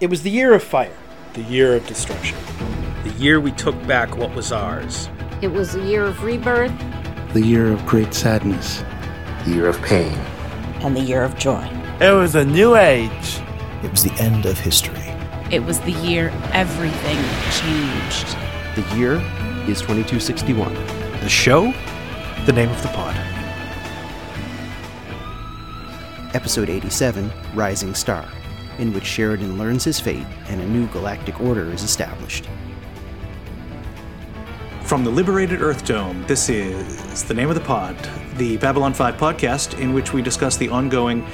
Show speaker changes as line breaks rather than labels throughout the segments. It was the year of fire, the year of destruction.
The year we took back what was ours.
It was a year of rebirth.
The year of great sadness.
The year of pain.
And the year of joy.
It was a new age.
It was the end of history.
It was the year everything changed.
The year is 2261.
The show? The name of the pod.
Episode 87 Rising Star, in which Sheridan learns his fate and a new galactic order is established.
From the liberated Earth Dome, this is The Name of the Pod, the Babylon 5 podcast in which we discuss the ongoing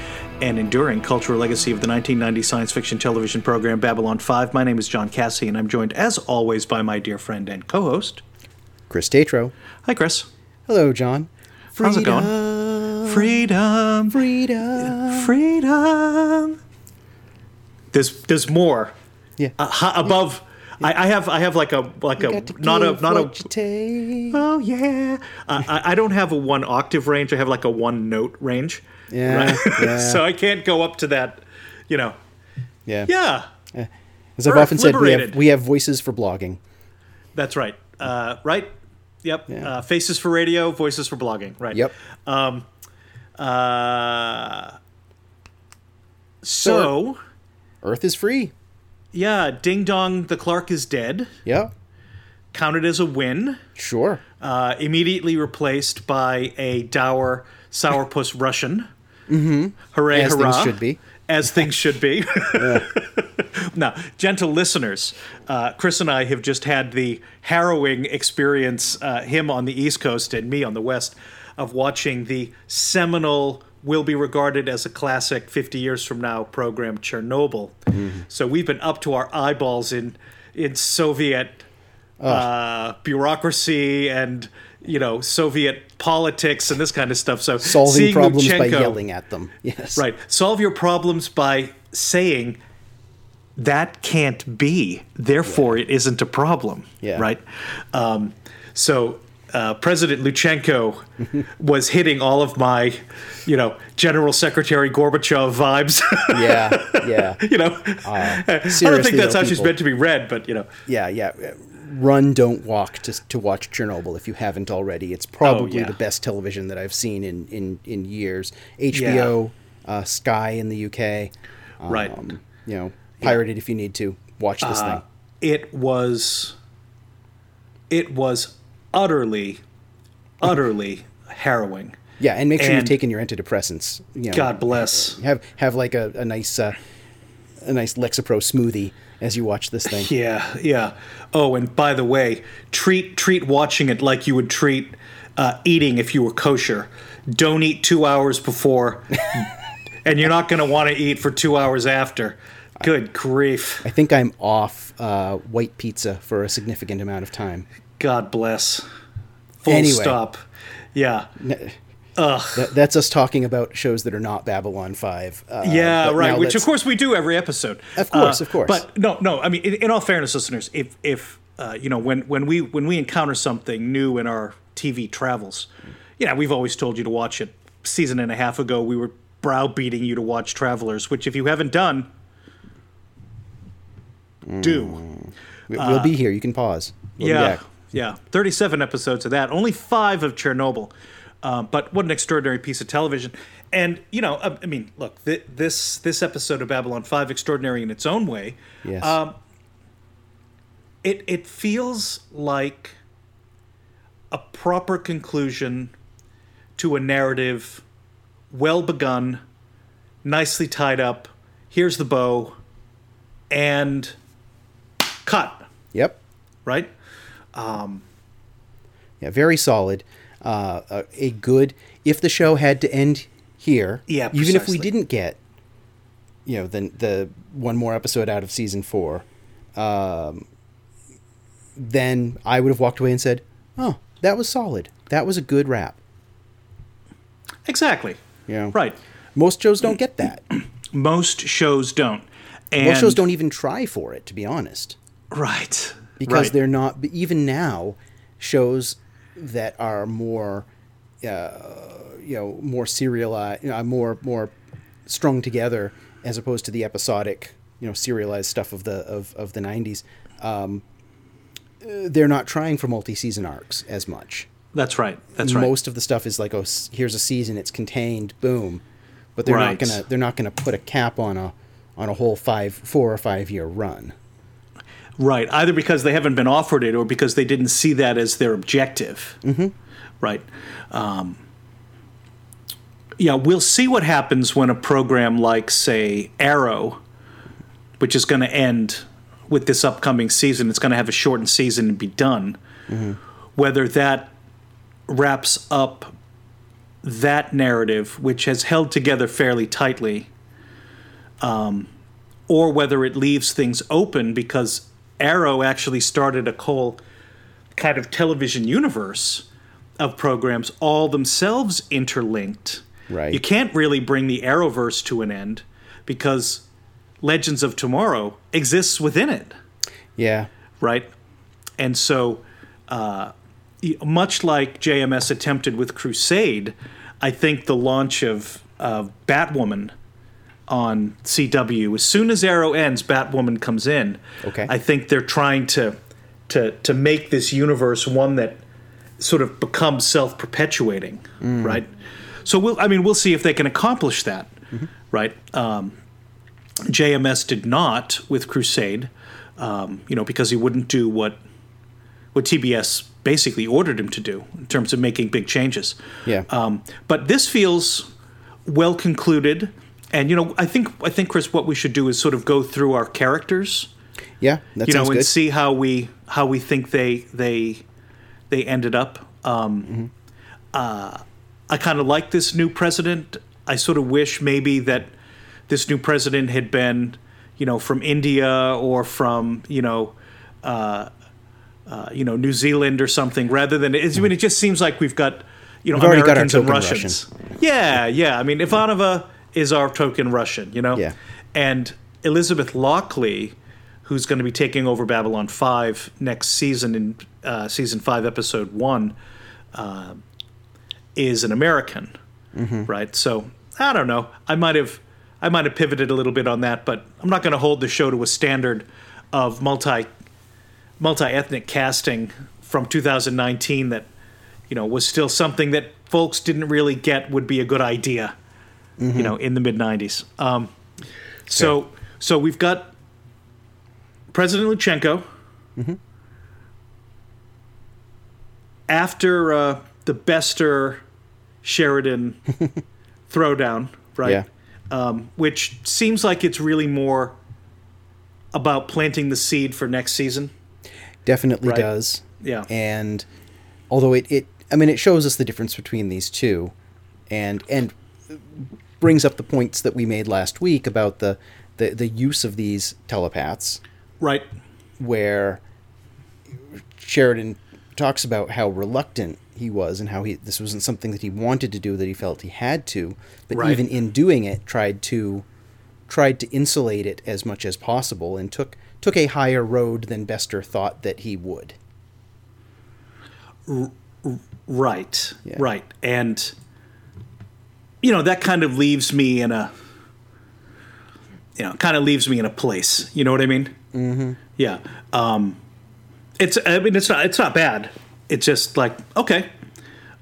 and enduring cultural legacy of the 1990 science fiction television program Babylon 5. My name is John Cassie, and I'm joined, as always, by my dear friend and co host,
Chris Tatro.
Hi, Chris.
Hello, John.
Freedom. How's it going? Freedom.
Freedom.
Freedom. There's, there's more.
Yeah.
Uh, above. I, I have I have like a like
You
a
got to
not a
give
not
what you
a
take.
oh yeah uh, I, I don't have a one octave range I have like a one note range
Yeah, yeah.
so I can't go up to that you know
Yeah.
yeah
As I've
Earth
often said, we have,
liberated.
we have voices for blogging.
that's right uh, right yep
Yeah.
uh, faces for radio voices for blogging right
Yep.
um uh so
Earth is free.
yeah ding dong the Clark is dead
Yeah.
counted as a win.
Sure.
uh, immediately replaced by a dour sourpuss Russian. Mm-hmm. Hooray!
As
hurrah!
things should be.
As things should be. now, gentle listeners, uh, Chris and I have just had the harrowing experience, uh, him on the East Coast and me on the West, of watching the seminal, will be regarded as a classic 50 years from now program, Chernobyl.
Mm-hmm.
So we've been up to our eyeballs in, in Soviet uh, bureaucracy and you know Soviet politics and this kind of stuff. So
Solving
seeing
problems by
Lutsenko-
yelling at them. Yes.
right? Solve your problems by saying that can't be. Therefore, it isn't a problem.
Yeah.
Right. Um, so. Uh, President Luchenko was hitting all of my, you know, General Secretary Gorbachev vibes.
Yeah. Yeah.
you know, I don't
Uh, seriously,
think that's
though,
how she's
people-
meant to be read, but you know,
yeah. Yeah. Run, don't walk to, to watch Chernobyl if you haven't already. It's probably
Oh, yeah.
the best television that I've seen in, in, in years. HBO, uh, Sky in the UK.
right?
Um, you know, pirate it if you need to. Watch this
Uh-huh.
thing.
it was it was utterly utterly harrowing
Yeah, and make sure you've
and-
taken your antidepressants. You know,
god bless
have have like a, a nice uh, a nice Lexapro smoothie as you watch this thing.
yeah yeah oh and by the way treat treat watching it like you would treat uh, eating if you were kosher don't eat two hours before and you're not going to want to eat for two hours after good grief
I think I'm off uh, white pizza for a significant amount of time.
god bless full
Anyway.
stop yeah
That, that's us talking about shows that are not Babylon Five. Uh,
Yeah,
but
right.
now
Which of
let's-
course we do every episode. Uh,
Of course, of course.
But no, no. I mean, in, in all fairness, listeners, if if uh, you know when when we when we encounter something new in our TV travels, you know, we've always told you to watch it. Season and a half ago, we were browbeating you to watch Travelers, which if you haven't done, do.
we- we'll be here. You can pause. We'll be
uh, Yeah,
back.
yeah. Thirty-seven episodes of that. Only five of Chernobyl. Um, but what an extraordinary piece of television! And you know, I, I mean, look, th- this this episode of Babylon Five extraordinary in its own way.
Yes.
Um, it it feels like a proper conclusion to a narrative, well begun, nicely tied up. Here's the bow, and cut.
yep.
Right.
Yeah. Very solid. Uh, a, a good. If the show had to end here,
Yeah,
even if we
precisely.
didn't get, you know, the the one more episode out of season four, um, then I would have walked away and said, "Oh, that was solid. That was a good wrap."
Exactly.
Yeah.
Right.
Most shows don't get that.
Most shows don't. And
Most shows don't even try for it, to be honest,
Right.
because
Right.
they're not. Even now, shows that are more, uh, you know, uh, more serialized, you know, more more strung together as opposed to the episodic you know serialized stuff of the of, of the 90s um, uh, they're not trying for multi-season arcs as much
That's right. That's right.
most of the stuff is like oh s- here's a season it's contained boom but they're
Right.
not gonna they're not gonna put a cap on a on a whole five four or five year run
Right. Either because they haven't been offered it or because they didn't see that as their objective. Mm-hmm. Right. Um, yeah, we'll see what happens when a program like, say, Arrow, which is going to end with this upcoming season, it's going to have a shortened season and be done. Whether that wraps up that narrative, which has held together fairly tightly um, or whether it leaves things open because Arrow actually started a whole kind of television universe of programs, all themselves interlinked.
Right.
You can't really bring the Arrowverse to an end because Legends of Tomorrow exists within it
yeah
right? And so, uh, y- much like JMS attempted with Crusade, I think the launch of of Batwoman on CW, as soon as Arrow ends, Batwoman comes in.
Okay.
I think they're trying to to to make this universe one that sort of becomes self perpetuating, right? So we'll, I mean, we'll see if they can accomplish that, right? Um, JMS did not with Crusade, um, you know, because he wouldn't do what what TBS basically ordered him to do in terms of making big changes.
yeah
Um, but this feels well concluded, and you know, I think I think Chris, what we should do is sort of go through our characters,
yeah that
you know,
sounds
and
good
see how we how we think they they they ended up. Um,
Mm-hmm.
uh, I kind of like this new president. I sort of wish maybe that this new president had been, you know, from India or from you know. Uh, uh, you know, New Zealand or something, rather than it's, I mean, it just seems like we've got you know
We've already got our
Americans and
token
Russians. Yeah, yeah. I mean, Ivanova is our token Russian, you know?
Yeah.
And Elizabeth Lockley, who's going to be taking over Babylon 5 next season in uh, season 5, episode 1, uh, is an American, right? So I don't know. I might have. I might have pivoted a little bit on that, but I'm not going to hold the show to a standard of multi multi ethnic casting from 2019 that you know was still something that folks didn't really get would be a good idea you know in the mid 90s um, so so we've got president luchenko after uh, the bester sheridan throwdown right
Yeah.
um, which seems like it's really more about planting the seed for next season
definitely
Right.
does
Yeah.
and although it, it i mean it shows us the difference between these two and and brings up the points that we made last week about the the, the use of these telepaths
Right.
where Sheridan talks about how reluctant he was and how he this wasn't something that he wanted to do that he felt he had to, but
Right.
even in doing it tried to tried to insulate it as much as possible and took took a higher road than Bester thought that he would.
Right.
Yeah.
Right. And you know, that kind of leaves me in a you know, kind of leaves me in a place. You know what I mean? Mm-hmm. Yeah. Um it's I mean it's not it's not bad. It's just like, okay.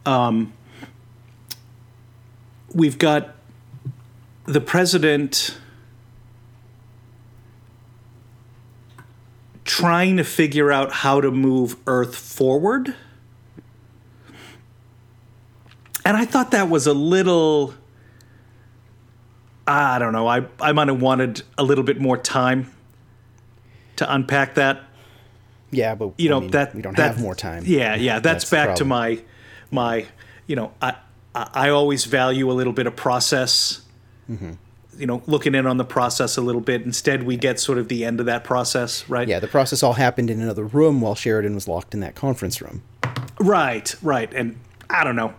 Um we've got the president trying to figure out how to move Earth forward. And I thought that was a little. I don't know. I, I might have wanted a little bit more time to unpack that.
Yeah, but
You
I
know
mean,
that
we don't
that-
have more time.
Yeah, yeah. That's,
That's the
back to
problem.
my my. You know, I I I always value a little bit of process.
Mm-hmm.
You know, looking in on the process a little bit. Instead, we get sort of the end of that process, right?
Yeah, the process all happened in another room while Sheridan was locked in that conference room.
Right, right, and I don't know.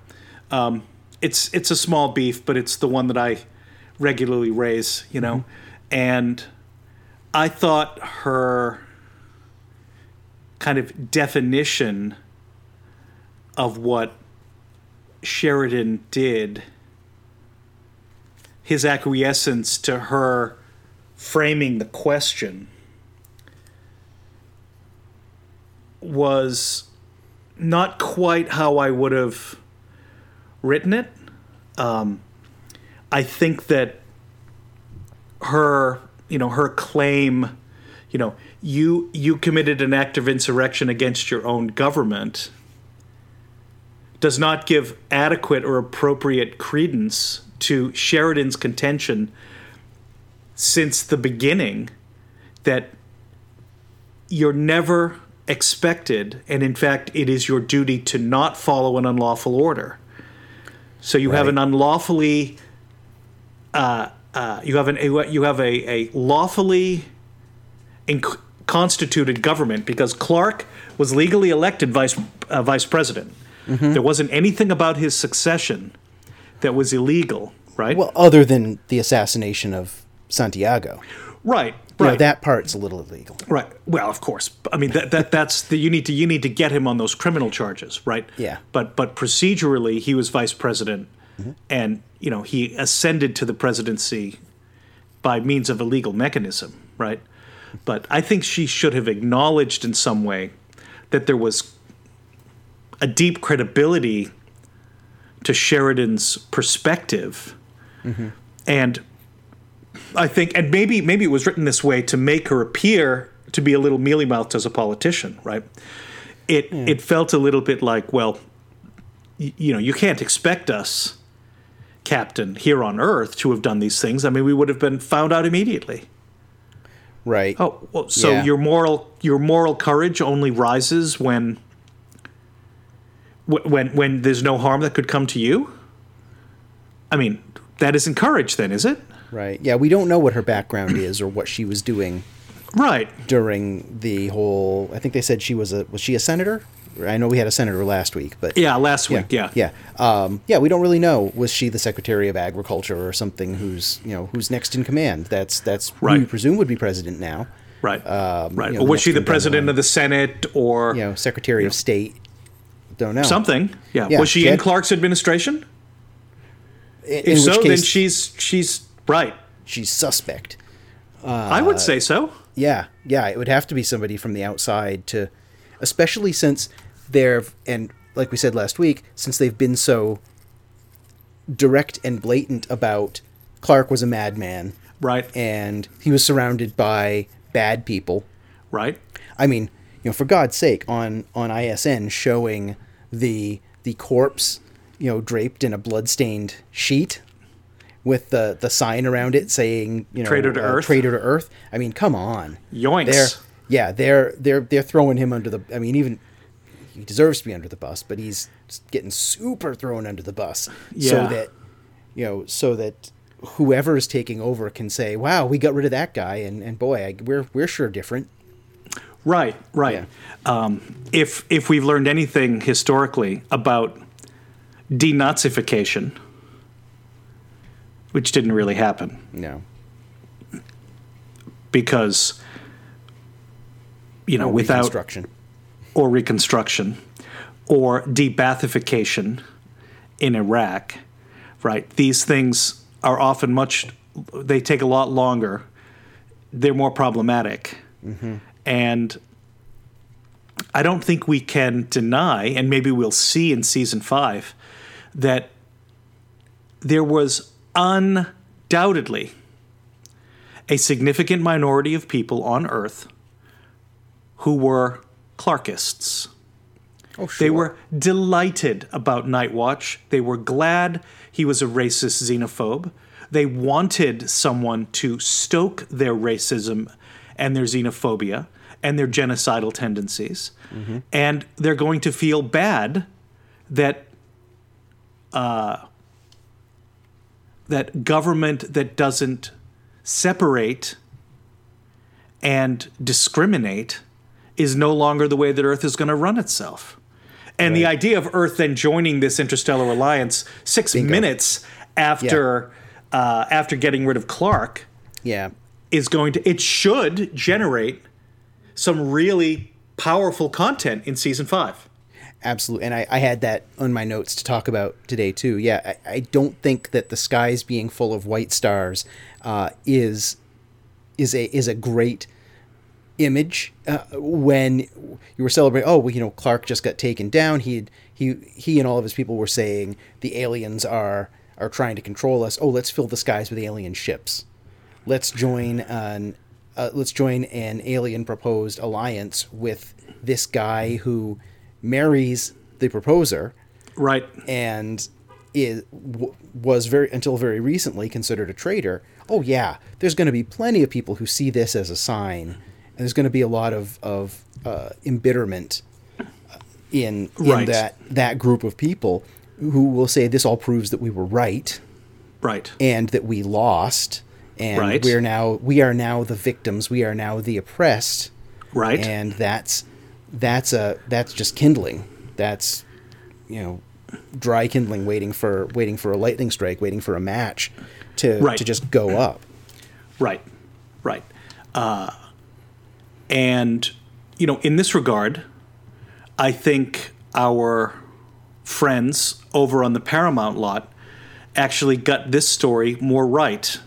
Um, it's it's a small beef, but it's the one that I regularly raise, you know. And I thought her kind of definition of what Sheridan did, his acquiescence to her framing the question was not quite how I would have written it. Um, I think that her, you know, her claim, you know, you you committed an act of insurrection against your own government does not give adequate or appropriate credence to Sheridan's contention since the beginning that you're never expected, and in fact, it is your duty to not follow an unlawful order. So you have an unlawfully, uh, uh, you have an you have a, a lawfully inc- constituted government because Clark was legally elected vice uh, vice president.
Mm-hmm.
There wasn't anything about his succession that was illegal, right?
Well, other than the assassination of Santiago,
right,
You know,
right.
that part's a little illegal.
Right. Well, of course. I mean that, that that's the you need to you need to get him on those criminal charges, right?
Yeah.
But but procedurally, he was vice president, and you know he ascended to the presidency by means of a legal mechanism, right? But I think she should have acknowledged in some way that there was a deep credibility to Sheridan's perspective, and I think, and maybe maybe it was written this way to make her appear to be a little mealy mouthed as a politician, right? It it felt a little bit like, well, y- you know, you can't expect us, Captain, here on Earth, to have done these things. I mean, we would have been found out immediately.
Right.
Oh, well, so
Yeah.
your moral your moral courage only rises when wh- when when there's no harm that could come to you. I mean, that isn't courage, then, is it?
Right. Yeah, we don't know what her background is or what she was doing
Right.
during the whole. I think they said she was a was she a senator? I know we had a senator last week, but
Yeah. Last week. Yeah.
yeah, um, yeah. We don't really know. Was she the Secretary of Agriculture or something? Who's you know who's next in command? That's that's who
Right.
you presume would be president now.
Right. right.
Um, you know, the
or was she
next
the
one down the
president
line.
of the Senate or
You know, Secretary of State. Don't know
something? Yeah.
Yeah,
Was she
she
in
had-
Clark's administration?
In, in
If
which
so, then
case,
she's she's right.
she's suspect.
I
Uh,
would say so.
Yeah, yeah, it would have to be somebody from the outside to, especially since they're and like we said last week, since they've been so direct and blatant about Clark was a madman,
Right.
and he was surrounded by bad people.
right.
I mean, you know, for God's sake, on on ISN showing the the corpse, you know, draped in a bloodstained sheet with the the sign around it saying, you know, uh,
Traitor to Earth.
traitor to Earth. I mean, come on.
Yoinks.
They're, yeah, they're they're they're throwing him under the. I mean, even he deserves to be under the bus, but he's getting super thrown under the bus so
Yeah.
that you know, so that whoever is taking over can say, "Wow, we got rid of that guy," and and boy, I, we're we're sure different.
Right. Right.
Yeah.
Um, if if we've learned anything historically about denazification, which didn't really happen,
No.
because you know without
Reconstruction.
or reconstruction or debathification in Iraq, right? These things are often much, they take a lot longer. They're more problematic. And I don't think we can deny, and maybe we'll see in season five, that there was undoubtedly a significant minority of people on Earth who were Clarkists.
Oh, sure.
They were delighted about Night Watch. They were glad he was a racist xenophobe. They wanted someone to stoke their racism and their xenophobia and their genocidal tendencies.
Mm-hmm.
And they're going to feel bad that uh, that government that doesn't separate and discriminate is no longer the way that Earth is going to run itself. And the idea of Earth then joining this interstellar alliance six minutes after uh, after getting rid of Clark
Yeah.
is going to it should generate some really powerful content in season five.
Absolutely. And I, I had that on my notes to talk about today, too. Yeah, I, I don't think that the skies being full of white stars uh, is is a is a great image uh, when you were celebrating. Oh, well, you know, Clark just got taken down. He had, he he and all of his people were saying the aliens are are trying to control us. Oh, let's fill the skies with alien ships. Let's join an uh, let's join an alien proposed alliance with this guy who marries the proposer
Right.
and is w- was very until very recently considered a traitor. Oh yeah, there's going to be plenty of people who see this as a sign, and there's going to be a lot of of uh, embitterment uh, in in
Right.
that that group of people who will say this all proves that we were right
Right.
and that we lost and
Right.
we're now we are now the victims we are now the oppressed
right.
and that's that's a that's just kindling that's you know dry kindling waiting for waiting for a lightning strike waiting for a match to
Right.
to just go up
Right, right. Uh, and, you know, in this regard, I think our friends over on the Paramount lot actually got this story more right,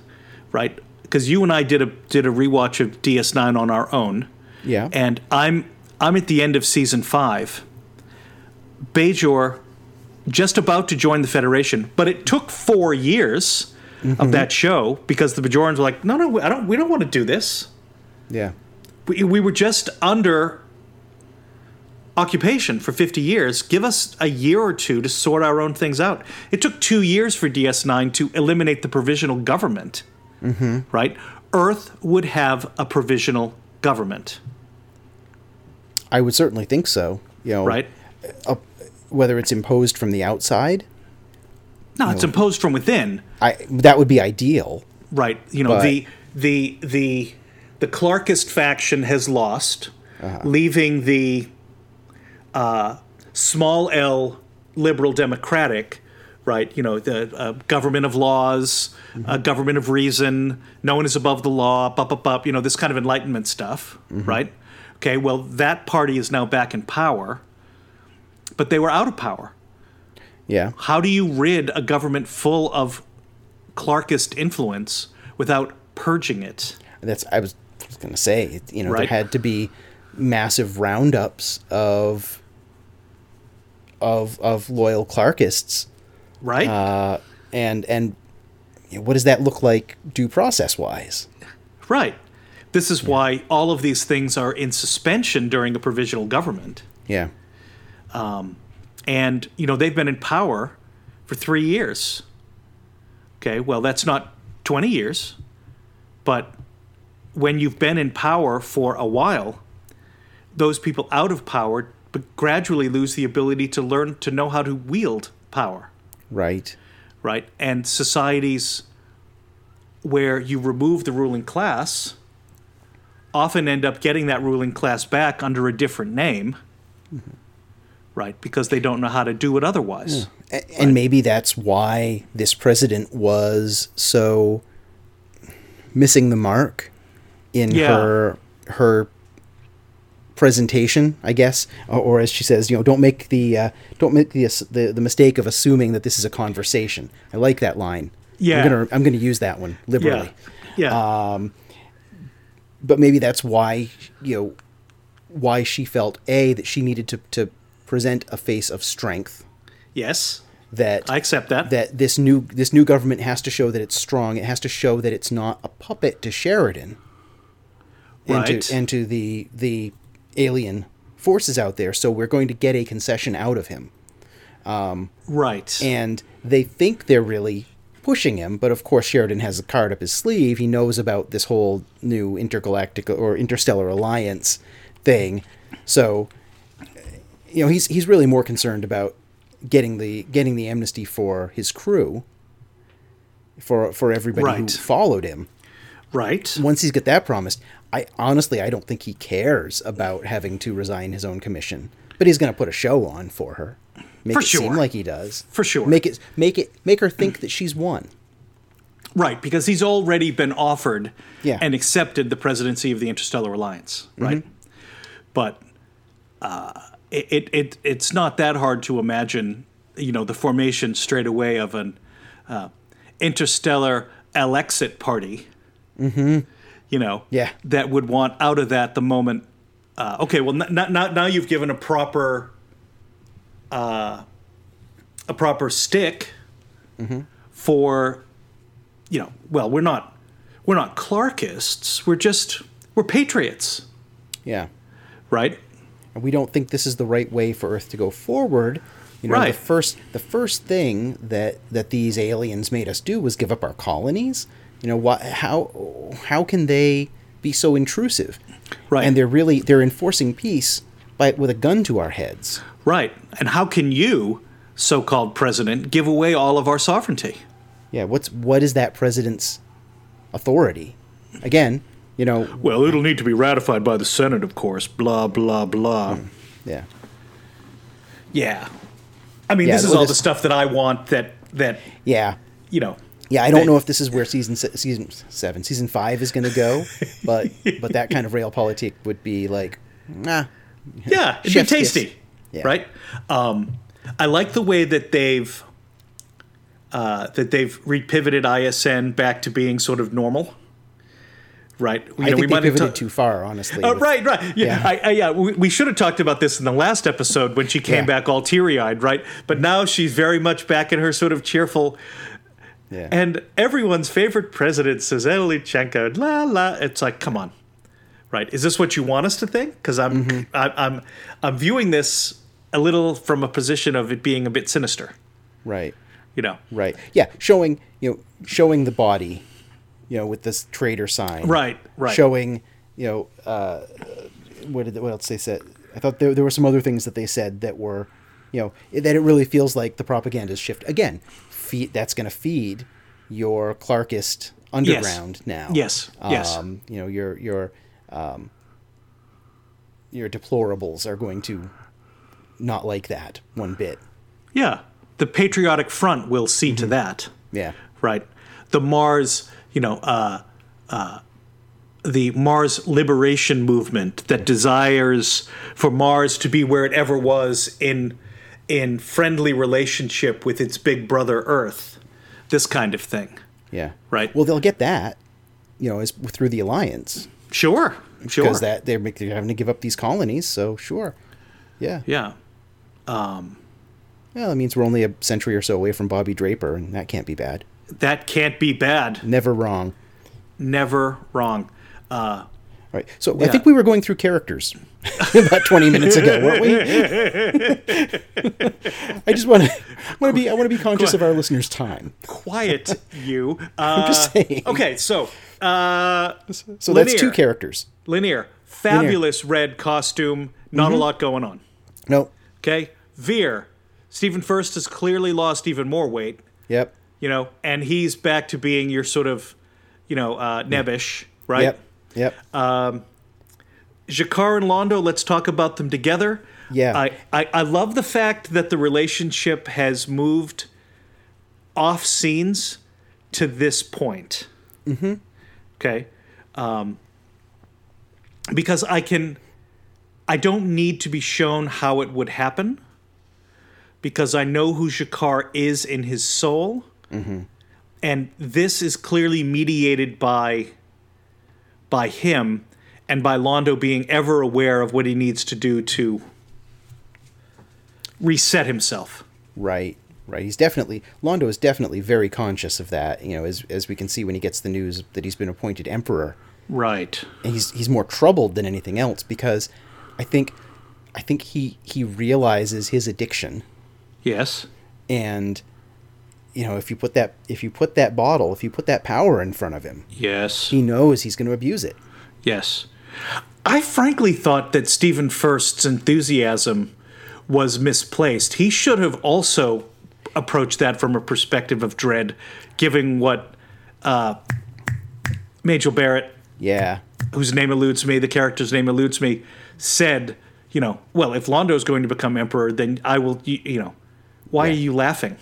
right? Because you and I did a did a rewatch of DS9 on our own,
yeah
and I'm I'm at the end of season five. Bajor just about to join the Federation, but it took four years of that show because the Bajorans were like, no, no, I don't. We don't want to do this.
yeah
We, we were just under occupation for 50 years. Give us a year or two to sort our own things out. It took two years for DS9 to eliminate the provisional government. Mm-hmm. Right? Earth would have a provisional government.
i would certainly think so you know
Right?
whether it's imposed from the outside
No, it's imposed from within.
i that would be ideal
Right. You know,
But-
the the the the Clarkist faction has lost, leaving the uh, small L liberal democratic. Right. You know, the uh, government of laws, uh, government of reason. No one is above the law. Bup bup bup. You know, this kind of enlightenment stuff. Right. Okay. Well, that party is now back in power, but they were out of power
yeah
how do you rid a government full of Clarkist influence without purging it?
that's I was just gonna say. You know, there
Right.
had to be massive roundups of of of loyal Clarkists,
Right?
and and you know, what does that look like due process wise?
right. This is why all of these things are in suspension during a provisional government.
Yeah,
And, you know, they've been in power for three years. Okay, well, that's not 20 years, but when you've been in power for a while, those people out of power but gradually lose the ability to learn to know how to wield power.
right.
right? And societies where you remove the ruling class often end up getting that ruling class back under a different name,
Mm-hmm.
right? Because they don't know how to do it otherwise.
A- and maybe that's why this president was so missing the mark in
Yeah.
her her presentation, I guess, or, or as she says, you know, don't make the uh, don't make the, ass- the the mistake of assuming that this is a conversation. I like that line.
Yeah.
I'm gonna I'm gonna use that one liberally.
Yeah. Yeah.
Uh, But maybe that's why you know why she felt a that she needed to to present a face of strength
yes.
that
I accept that.
that this new this new government has to show that it's strong. It has to show that it's not a puppet to Sheridan and
Right.
to and to the the alien forces out there. So we're going to get a concession out of him,
right.
and they think they're really pushing him. But of course, Sheridan has a card up his sleeve. He knows about this whole new intergalactic or interstellar alliance thing. So you know he's he's really more concerned about getting the getting the amnesty for his crew for for everybody who
Right.
followed him
right.
once he's got that promised i honestly i don't think he cares about having to resign his own commission but he's going to put a show on for her make
For
it
sure.
seem like he does
For sure.
make it make it make her think that she's won
Right, because he's already been offered
Yeah.
and accepted the presidency of the Interstellar Alliance, right?
Mm-hmm.
But uh, it, it it it's not that hard to imagine, you know, the formation straight away of an uh, interstellar Alexit party. you know,
Mm-hmm. Yeah.
that would want out of that the moment. Uh, okay, well, n- n- now you've given a proper, uh, a proper stick
Mm-hmm.
for, you know, well, we're not, we're not Clarkists. We're just we're patriots,
Yeah.
right?
and we don't think this is the right way for Earth to go forward. You know, the
Right.
first the first thing that that these aliens made us do was give up our colonies. You know, why, how how can they be so intrusive?
Right.
And they're really they're enforcing peace by with a gun to our heads.
Right. And how can you, so-called president, give away all of our sovereignty?
Yeah, what's what is that president's authority? Again, you know,
Well, it'll need to be ratified by the Senate, of course. Blah blah blah.
yeah.
Hmm. Yeah. I mean,
Yeah,
this is
we'll
all the
just-
stuff that I want that that
Yeah.
you know.
Yeah, I don't
that-
know if this is where season se- season seven, season five is going to go, but but that kind of rail politic would be like, nah,
Yeah, it'd
Chef's
be
kiss.
tasty.
Yeah.
Right? Um I like the way that they've uh that they've repivoted ISN back to being sort of normal. Right? You
I think they
might have
pivoted
ta-
too far, honestly.
Uh,
with-
right, right. Yeah,
Yeah.
I, I, yeah. We, we should have talked about this in the last episode when she came
Yeah.
back all teary-eyed, right? But now she's very much back in her sort of cheerful.
Yeah.
And everyone's favorite president says Lutsenko, la la. It's like, come on, right? Is this what you want us to think? Because I'm,
Mm-hmm.
I, I'm, I'm viewing this a little from a position of it being a bit sinister,
right,
you know?
right. Yeah, showing you know showing the body, you know, with this traitor sign.
Right, right.
Showing you know uh, what did what else they said? I thought there there were some other things that they said that were, you know, it- that it really feels like the propaganda shift again. Feed that's going to feed your Clarkist underground now.
Yes, yes.
Um, you know your your um, your deplorables are going to not like that one bit.
Yeah, the patriotic front will see to
mm-hmm.
that.
Yeah.
right? The Mars, you know, uh, uh, the Mars liberation movement that desires for Mars to be where it ever was in in friendly relationship with its big brother Earth, this kind of thing,
Yeah.
right?
Well, they'll get that, you know, is through the alliance
sure, sure.
because that they're, mak- they're having to give up these colonies. So sure. Yeah.
yeah,
Well, it means we're only a century or so away from Bobby Draper, and that can't be bad.
that can't be bad.
Never wrong.
Never wrong. Uh,
All right. So I think we were going through characters about 20 minutes ago, weren't we? I just want to want to be I want to be conscious of our listeners' time.
quiet you. Uh,
just saying.
Okay, so uh,
So that's two
linear.
characters.
Lanier, fabulous red costume. Not
Mm-hmm.
a lot going on.
No.
Okay. Veer, Stephen First has clearly lost even more weight,
Yep.
you know, and he's back to being your sort of, you know, uh, nebbish, right?
Yep. Yep.
Jakar and Londo, let's talk about them together.
Yeah.
I, I, I love the fact that the relationship has moved off scenes to this point. Mm-hmm. Okay. Um, because I can, I don't need to be shown how it would happen because I know who Jakar is in his soul. And this is clearly mediated by by him and by Londo being ever aware of what he needs to do to reset himself.
Right, right. He's definitely Londo is definitely very conscious of that. You know, as as we can see when he gets the news that he's been appointed emperor,
Right.
And he's he's more troubled than anything else because I think I think he he realizes his addiction
Yes.
and you know if you put that if you put that bottle if you put that power in front of him
Yes.
he knows he's going to abuse it
Yes. I frankly thought that Stephen First's enthusiasm was misplaced. He should have also approached that from a perspective of dread, given what uh, Major Barrett
yeah
whose name eludes me, the character's name eludes me, said, you know, well, if Londo's going to become emperor, then I will, you, you know, why are you laughing?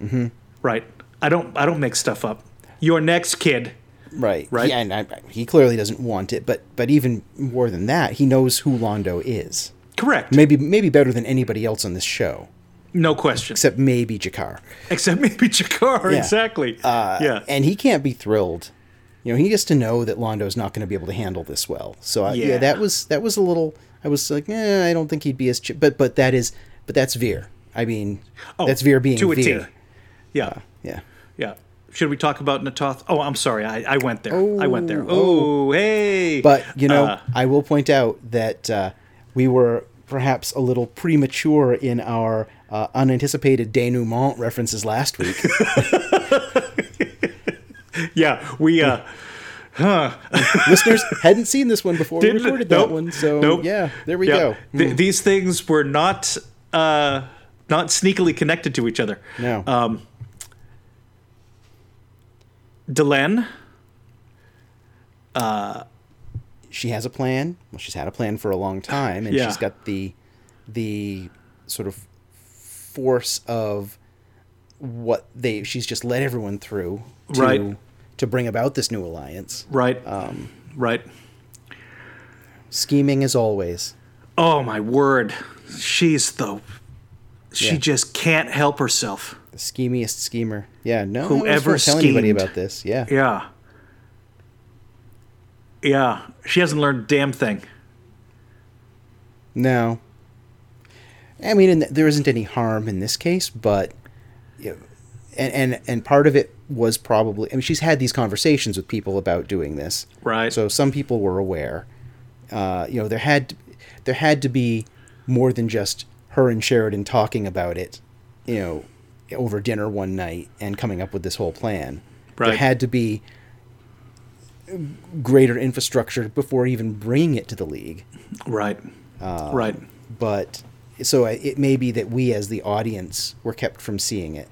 Mm-hmm. Right. I don't. I don't make stuff up. Your next kid.
right
Right.
yeah, and I, he clearly doesn't want it but but even more than that he knows who Londo is
Correct.
maybe maybe better than anybody else on this show
No question. Except,
except maybe Jakar
maybe Jakar.
Yeah. Uh,
Exactly. yeah.
and he can't be thrilled you know, he gets to know that Londo's not going to be able to handle this well. So I, yeah.
Yeah.
that was that was a little. I was like, eh, I don't think he'd be as. Ch-. But but that is but that's Veer. I mean, that's Veer being
Oh, to a T.
Veer. Uh.
Yeah,
Yeah.
yeah. Should we talk about Natoth? Oh, I'm sorry, I, I went there. I went there. Oh, hey.
But you know,
Uh,
I will point out that uh, we were perhaps a little premature in our uh, unanticipated denouement references last week.
yeah, we. Uh,
Listeners hadn't seen this one before we
Didn't-
recorded
nope,
that one, so
nope.
yeah, there we
yeah,
go.
th- these things were not uh, not sneakily connected to each other.
No.
Um, Delenn.
she has a plan. Well, she's had a plan for a long time, and
Yeah.
she's got the the sort of force of what they. She's just led everyone through to
Right.
to bring about this new alliance.
Right.
Um.
right.
Scheming as always.
Oh my word. She's the she
Yeah.
just can't help herself.
The schemiest schemer. Yeah, no.
Whoever
Whoever tell anybody
schemed.
about this. Yeah.
Yeah. Yeah. She hasn't learned a damn thing.
No. I mean, and th- there isn't any harm in this case, but you know, and and and part of it was probably. I mean, she's had these conversations with people about doing this,
Right.
So some people were aware. Uh, you know, there had there had to be more than just her and Sheridan talking about it. You know, over dinner one night and coming up with this whole plan. There
Right.
had to be greater infrastructure before even bringing it to the league
Right.
Um.
right.
but so I- it may be that we as the audience were kept from seeing it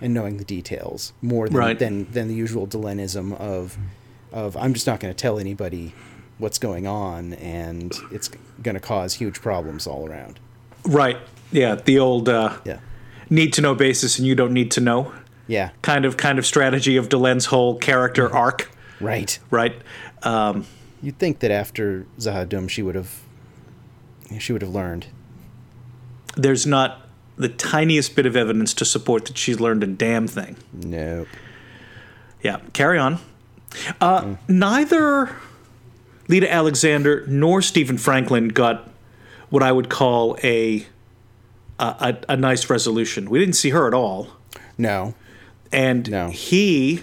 and knowing the details more than
Right.
than, than the usual Delenism of of I'm just not going to tell anybody what's going on and it's going to cause huge problems all around.
Right. Yeah, the old uh,
Yeah.
need to know basis and you don't need to know
Yeah.
kind of kind of strategy of Delenn's whole character
Mm-hmm.
arc,
Right.
right? Um,
You'd think that after Zahadum she would have she would have learned.
there's not the tiniest bit of evidence to support that she's learned a damn thing.
Nope.
Yeah, carry on. Uh,
Mm-hmm.
Neither Lita Alexander nor Stephen Franklin got what I would call a a, a, a nice resolution. We didn't see her at all,
No.
and
No.
he.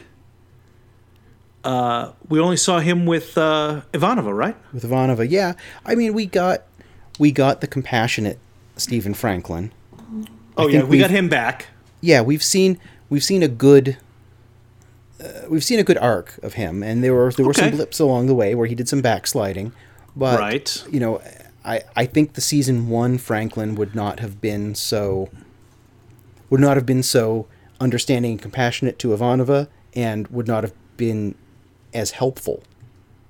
Uh, we only saw him with uh, Ivanova, right?
With Ivanova. Yeah. I mean, we got we got the compassionate Stephen Franklin.
Oh yeah,
think
we got
we've-
him back.
yeah, we've seen we've seen a good uh, we've seen a good arc of him, and there were there were some
Okay.
blips along the way where he did some backsliding, but
Right.
you know, I I think the season one Franklin would not have been so would not have been so understanding and compassionate to Ivanova, and would not have been as helpful.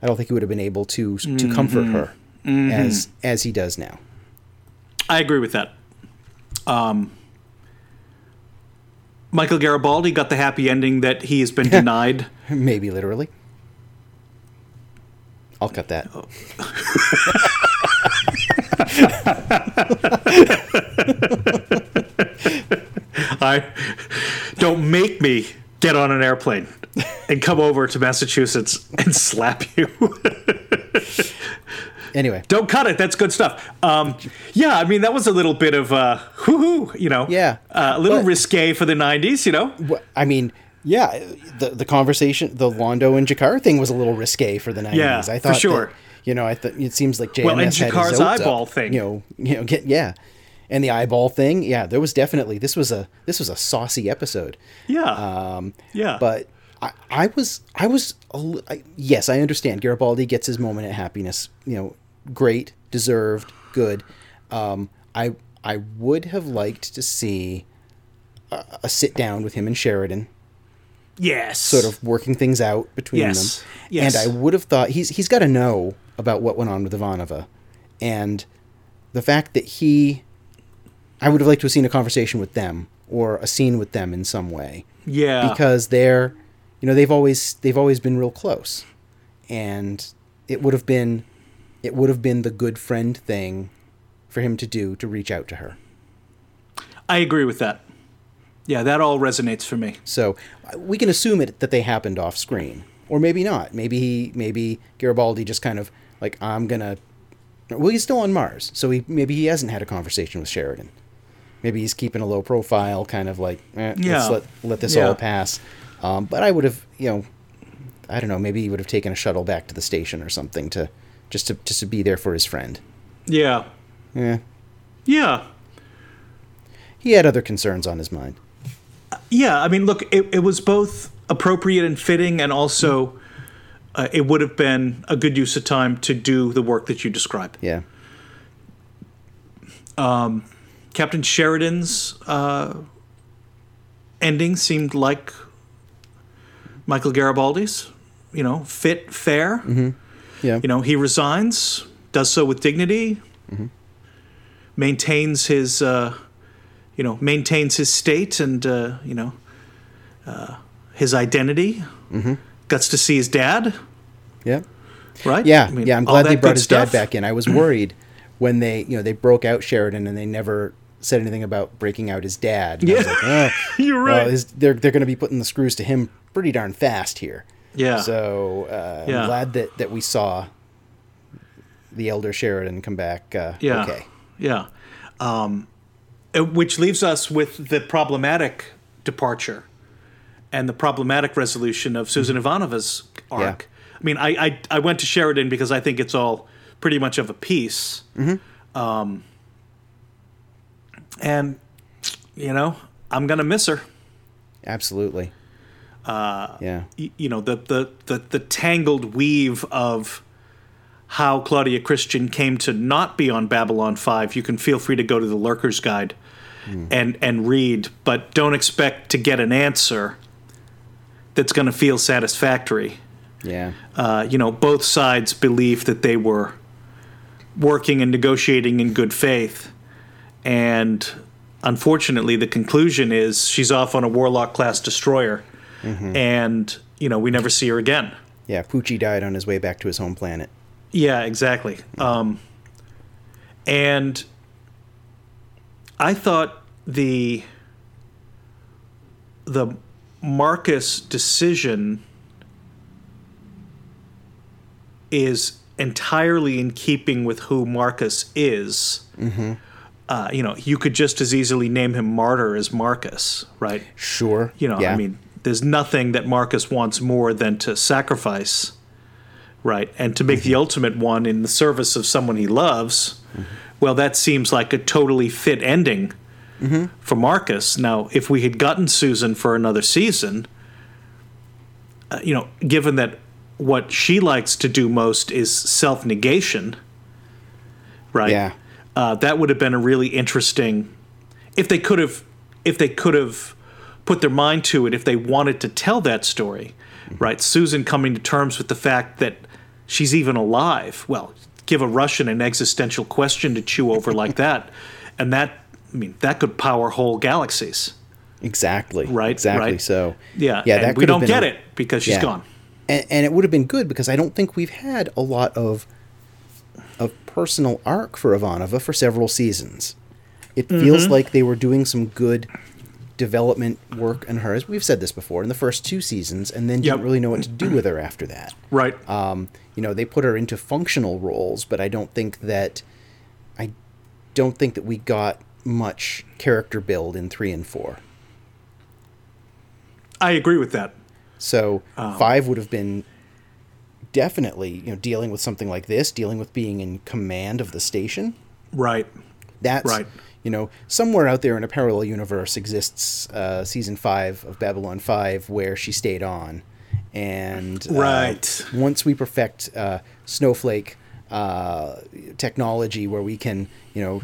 I don't think he would have been able to to
Mm-hmm.
comfort her as as he does now.
I agree with that. Um, Michael Garibaldi got the happy ending that he has been denied.
Maybe literally. I'll cut that.
Oh. I don't make me get on an airplane and come over to Massachusetts and slap you.
Anyway.
don't cut it. That's good stuff. Um, yeah, I mean that was a little bit of uh, hoo you know.
Yeah.
uh, a little
But-
risque for the '90s, you know.
Wha- I mean, yeah, the the conversation, the Londo and Jakar thing was a little risque for the nineties.
Yeah,
I
for
thought that,
sure.
you know, I thought it seems like JMS
Well, and
had his
Jakar's
oats up,
eyeball thing.
You know, you know, get yeah, and the eyeball thing. Yeah, there was definitely this was a this was a saucy episode.
Yeah.
Um,
Yeah.
but I, I was I was a li- I, yes I understand Garibaldi gets his moment at happiness you know great deserved good um, I I would have liked to see a, a sit down with him and Sheridan
yes.
sort of working things out between
Yes.
them.
Yes.
And I would have thought he's he's got to know about what went on with Ivanova, and the fact that he, I would have liked to have seen a conversation with them or a scene with them in some way
Yeah.
because they're, you know, they've always they've always been real close, and it would have been, it would have been the good friend thing, for him to do to reach out to her.
I agree with that. Yeah, that all resonates for me.
So we can assume it that they happened off screen. or maybe not. Maybe he, maybe Garibaldi just kind of like I'm gonna. Well, he's still on Mars, so he maybe he hasn't had a conversation with Sheridan. Maybe he's keeping a low profile, kind of like eh,
Yeah.
let's let let this
Yeah.
all pass. Um, but I would have, you know, I don't know. Maybe he would have taken a shuttle back to the station or something to just to just to be there for his friend.
Yeah.
Yeah,
Yeah.
he had other concerns on his mind.
Yeah, I mean, look, it, it was both appropriate and fitting, and also uh, it would have been a good use of time to do the work that you describe.
Yeah,
Captain Sheridan's uh, ending seemed like Michael Garibaldi's, you know, fit, fair.
Mm-hmm. yeah,
You know, he resigns, does so with dignity,
Mm-hmm.
maintains his, uh, you know, maintains his state and, uh, you know, uh, his identity.
Mm-hmm.
Gets to see his dad,
yeah.
right?
Yeah,
I mean,
yeah. I'm
all
glad they
that good
brought his
stuff.
dad back in. I was worried when they, you know, they broke out Sheridan and they never said anything about breaking out his dad. And I was like, oh,
You're
well,
right.
his, they're they're going to be putting the screws to him pretty darn fast here.
Yeah.
So uh,
Yeah.
I'm glad that that we saw the elder Sheridan come back. Uh,
Yeah.
Okay.
Yeah. Um, uh, which leaves us with the problematic departure and the problematic resolution of Susan Ivanova's arc. I mean, I, I, I went to Sheridan because I think it's all pretty much of a piece. Um, and, you know, I'm going to miss her.
Absolutely. Uh, yeah.
Y- You know, the, the, the, the tangled weave of how Claudia Christian came to not be on Babylon 5, you can feel free to go to the Lurker's Guide and, and read, but don't expect to get an answer that's going to feel satisfactory.
Yeah.
Uh, you know, both sides believe that they were working and negotiating in good faith. And unfortunately, the conclusion is she's off on a Warlock class destroyer. And, you know, we never see her again.
Yeah. Poochie died on his way back to his home planet.
Yeah, exactly. Um, and I thought the the Marcus decision is entirely in keeping with who Marcus is. Uh, you know, you could just as easily name him Martyr as Marcus, right?
Sure.
You know,
Yeah.
I mean, there's nothing that Marcus wants more than to sacrifice, right? And to make the ultimate one in the service of someone he loves. Well, that seems like a totally fit ending for Marcus. Now, if we had gotten Susan for another season, uh, you know, given that what she likes to do most is self negation, right?
Yeah.
uh, that would have been a really interesting if they could have if they could have put their mind to it if they wanted to tell that story right susan coming to terms with the fact that she's even alive well give a russian an existential question to chew over like that and that i mean that could power whole galaxies
Exactly.
Right,
Exactly.
right.
So.
yeah
Yeah.
and
that
we
could have
don't
been
get
a-
it because she's
Yeah.
gone
and, and it would have been good because I don't think we've had a lot of of personal arc for Ivanova for several seasons. It
Mm-hmm.
feels like they were doing some good development work in her. As we've said this before in the first two seasons, and then didn't
Yep.
really know what to do with her after that.
right
Um, you know, they put her into functional roles, but I don't think that I don't think that we got much character build in three and four.
i agree with that
So
Um,
five would have been definitely, you know, dealing with something like this, dealing with being in command of the station.
right
That's
Right.
You know, somewhere out there in a parallel universe exists uh, season five of Babylon Five, where she stayed on, and uh,
Right.
once we perfect uh, Snowflake uh, technology, where we can, you know.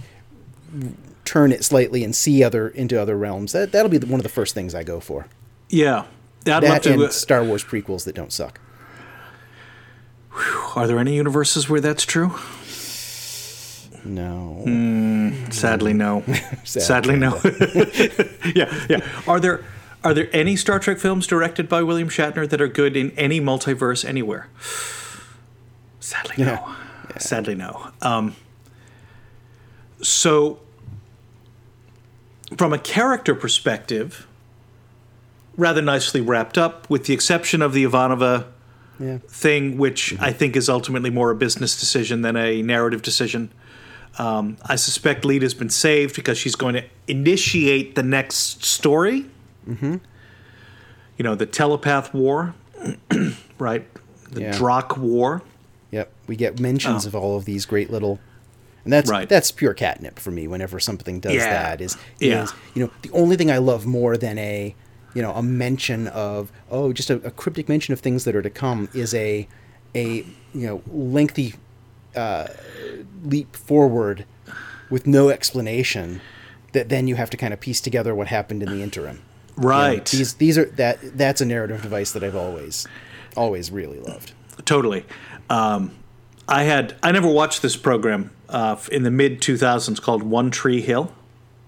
Turn it slightly and see other into other realms. That that'll be the, one of the first things I go for.
yeah I'd love
That
to, uh,
and Star Wars prequels that don't suck.
are there any universes where that's true
No.
Sadly, no. Hmm. Sadly, no. yeah, yeah. Are there are there any Star Trek films directed by William Shatner that are good in any multiverse anywhere? Sadly, no. Sadly, no. Um, so, from a character perspective, rather nicely wrapped up, with the exception of the Ivanova thing, which
Mm-hmm.
I think is ultimately more a business decision than a narrative decision. Um, I suspect Lita's been saved because she's going to initiate the next story.
Mm-hmm.
You know, the telepath war, right? The
Yeah.
Drak war.
Yep. We get mentions of all of these great little and that's
Oh. Right.
that's pure catnip for me whenever something does
Yeah.
that is
Yeah.
is, you know, the only thing I love more than a you know, a mention of oh, just a, a cryptic mention of things that are to come is a a you know, lengthy uh, leap forward with no explanation that then you have to kind of piece together what happened in the interim. You know,
Right.
these these are that that's a narrative device that I've always always really loved.
totally. Um, I had I never watched this program uh, f- in the mid two thousands called One Tree Hill.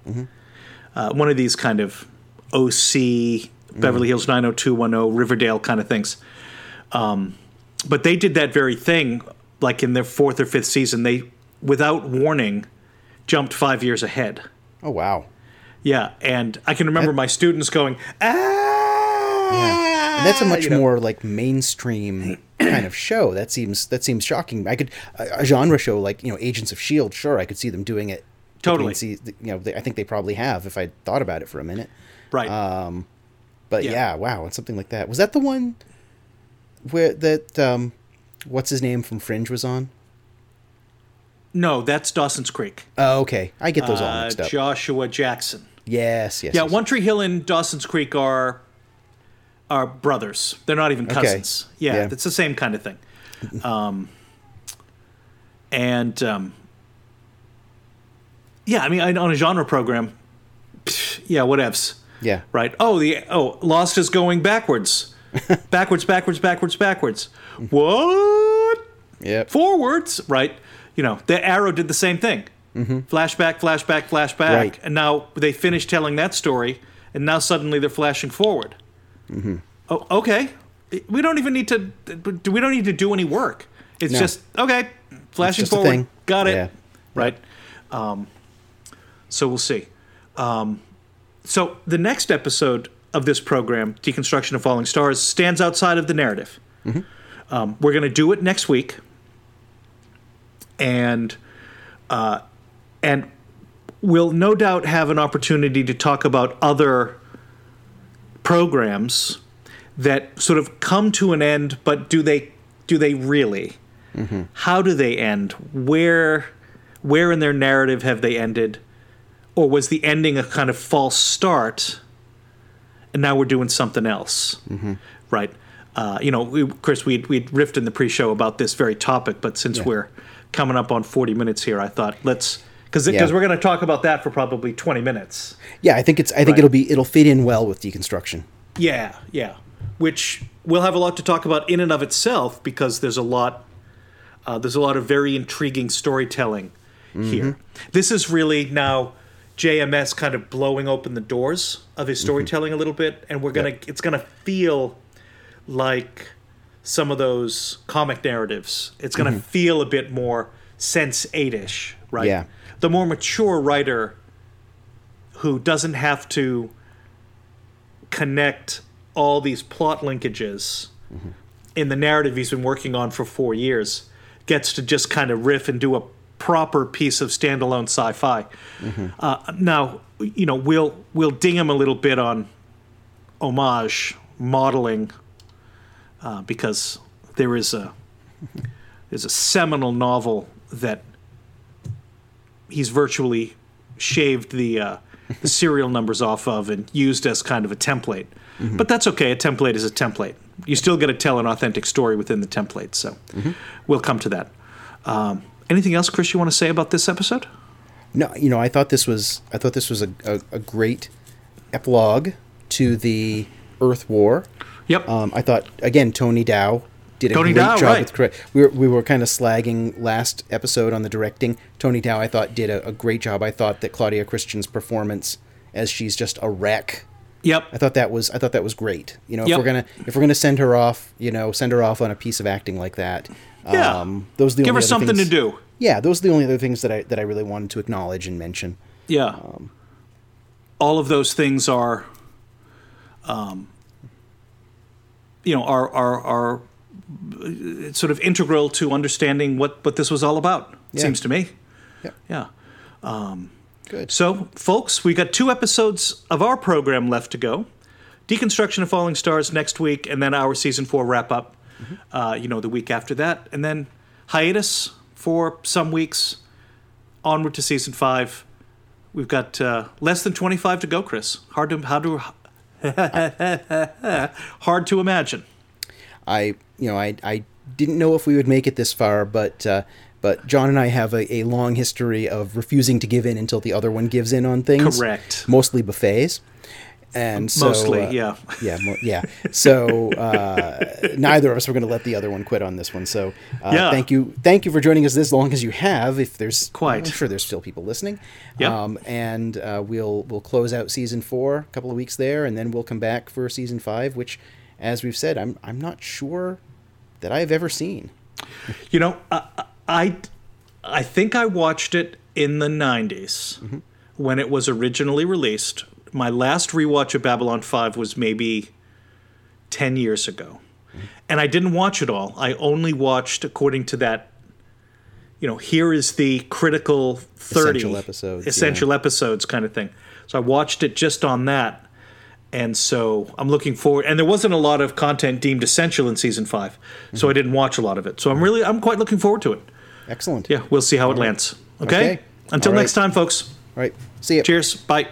Mm-hmm.
Uh, one of these kind of OC
Mm-hmm.
Beverly Hills nine hundred two one zero Riverdale kind of things. Um, but they did that very thing, like in their fourth or fifth season, they without warning jumped five years ahead.
Oh wow.
Yeah, and I can remember my students going, ah.
And that's a much more like mainstream kind of show. That seems that seems shocking. I could a, a genre show like you know Agents of Shield. Sure, I could see them doing it.
Totally.
See, you know, they, I think they probably have if I thought about it for a minute.
Right.
But
Yeah.
yeah, wow, and something like that. Was that the one where that um, what's his name from Fringe was on?
no, that's Dawson's Creek.
Oh, okay, I get those all
Uh,
mixed up.
Joshua Jackson.
yes, yes.
Yeah,
yes.
One Tree Hill and Dawson's Creek are are brothers. They're not even cousins. Yeah,
Yeah.
it's the same kind of thing. Um, and um, yeah, I mean, I- on a genre program, pff, yeah, whatevs.
yeah,
Right. Oh, the oh, Lost is going backwards, backwards, backwards, backwards, backwards. What?
yep.
forwards, right? You know, the arrow did the same thing. Flashback, flashback, flashback,
Mm-hmm. Right.
and now they finish telling that story, and now suddenly they're flashing forward. Oh, okay. We don't even need to. We don't need to do any work. It's
No.
just okay. Flashing
just a
forward.
thing.
Got it.
Yeah.
Right. Um, so we'll see. Um, so the next episode of this program, Deconstruction of Falling Stars, stands outside of the narrative.
Mm-hmm.
Um, we're going to do it next week, and uh, and we'll no doubt have an opportunity to talk about other programs that sort of come to an end, but do they do they really? How do they end? Where where in their narrative have they ended, or was the ending a kind of false start? And now we're doing something else, right? Uh, you know, we, Chris, we we riffed in the pre-show about this very topic, but since we're coming up on forty minutes here, I thought let's because
Yeah.
because we're going to talk about that for probably twenty minutes.
Yeah, I think it's. I think
Right.
it'll be. It'll fit in well with deconstruction.
Yeah, yeah. Which we'll have a lot to talk about in and of itself because there's a lot uh, there's a lot of very intriguing storytelling here. This is really now JMS kind of blowing open the doors of his storytelling a little bit, and we're gonna it's gonna feel like some of those comic narratives. It's gonna feel a bit more sense eight ish, right?
Yeah.
The more mature writer who doesn't have to connect all these plot linkages in the narrative he's been working on for four years gets to just kind of riff and do a proper piece of standalone sci-fi. Uh, now, you know, we'll we'll ding him a little bit on homage modeling uh, because there is a there's a seminal novel that he's virtually shaved the uh, the serial numbers off of and used as kind of a template.
Mm-hmm.
But that's okay. A template is a template. You still got to tell an authentic story within the template. So
Mm-hmm.
we'll come to that. Um, anything else, Chris? You want to say about this episode?
No, you know, I thought this was I thought this was a, a, a great epilogue to the Earth War.
Yep.
Um, I thought again, Tony Dow did a
Tony
great
Dow,
job.
right.
With, correct. We were, we were kind of slagging last episode on the directing. Tony Dow, I thought, did a, a great job. I thought that Claudia Christian's performance as she's just a wreck.
yep.
I thought that was I thought that was great. You know,
Yep.
if we're gonna if we're gonna send her off, you know, send her off on a piece of acting like that. um,
Yeah.
those are the only
Give her
other
something
things-
to do.
Yeah, those are the only other things that I that I really wanted to acknowledge and mention.
Yeah. Um, All of those things are, um, you know, are are are it's sort of integral to understanding what what this was all about.
Yeah.
Seems to me.
Yeah.
Yeah. Um,
Good.
So, folks, we got two episodes of our program left to go. Deconstruction of Falling Stars next week, and then our season four wrap up.
Mm-hmm.
Uh, you know, the week after that, and then hiatus for some weeks. Onward to season five. We've got uh, less than twenty five to go, Chris. Hard to how to hard to imagine.
I you know I I didn't know if we would make it this far, but uh, but John and I have a, a long history of refusing to give in until the other one gives in on things.
Correct.
Mostly buffets. And so,
Mostly,
uh,
yeah.
yeah, mo- yeah. So uh, neither of us were going to let the other one quit on this one. So uh,
Yeah.
thank you, thank you for joining us this long as you have. If there's
Quite.
I'm sure there's still people listening.
Yep.
and uh, we'll we'll close out season four, a couple of weeks there, and then we'll come back for season five, which, as we've said, I'm I'm not sure that I've ever seen.
You know, I, I, I think I watched it in the 90s
Mm-hmm.
when it was originally released. My last rewatch of Babylon 5 was maybe 10 years ago.
Mm-hmm.
And I didn't watch it all. I only watched according to that, you know, here is the critical 30
Essential episodes, yeah.
essential episodes kind of thing. So I watched it just on that. And so I'm looking forward. And there wasn't a lot of content deemed essential in season 5
Mm-hmm.
so I didn't watch a lot of it. So I'm really, I'm quite looking forward to it.
Excellent.
Yeah, we'll see how it lands. Okay.
Okay.
Until
All right.
next time, folks.
All right. See you.
Cheers. Bye.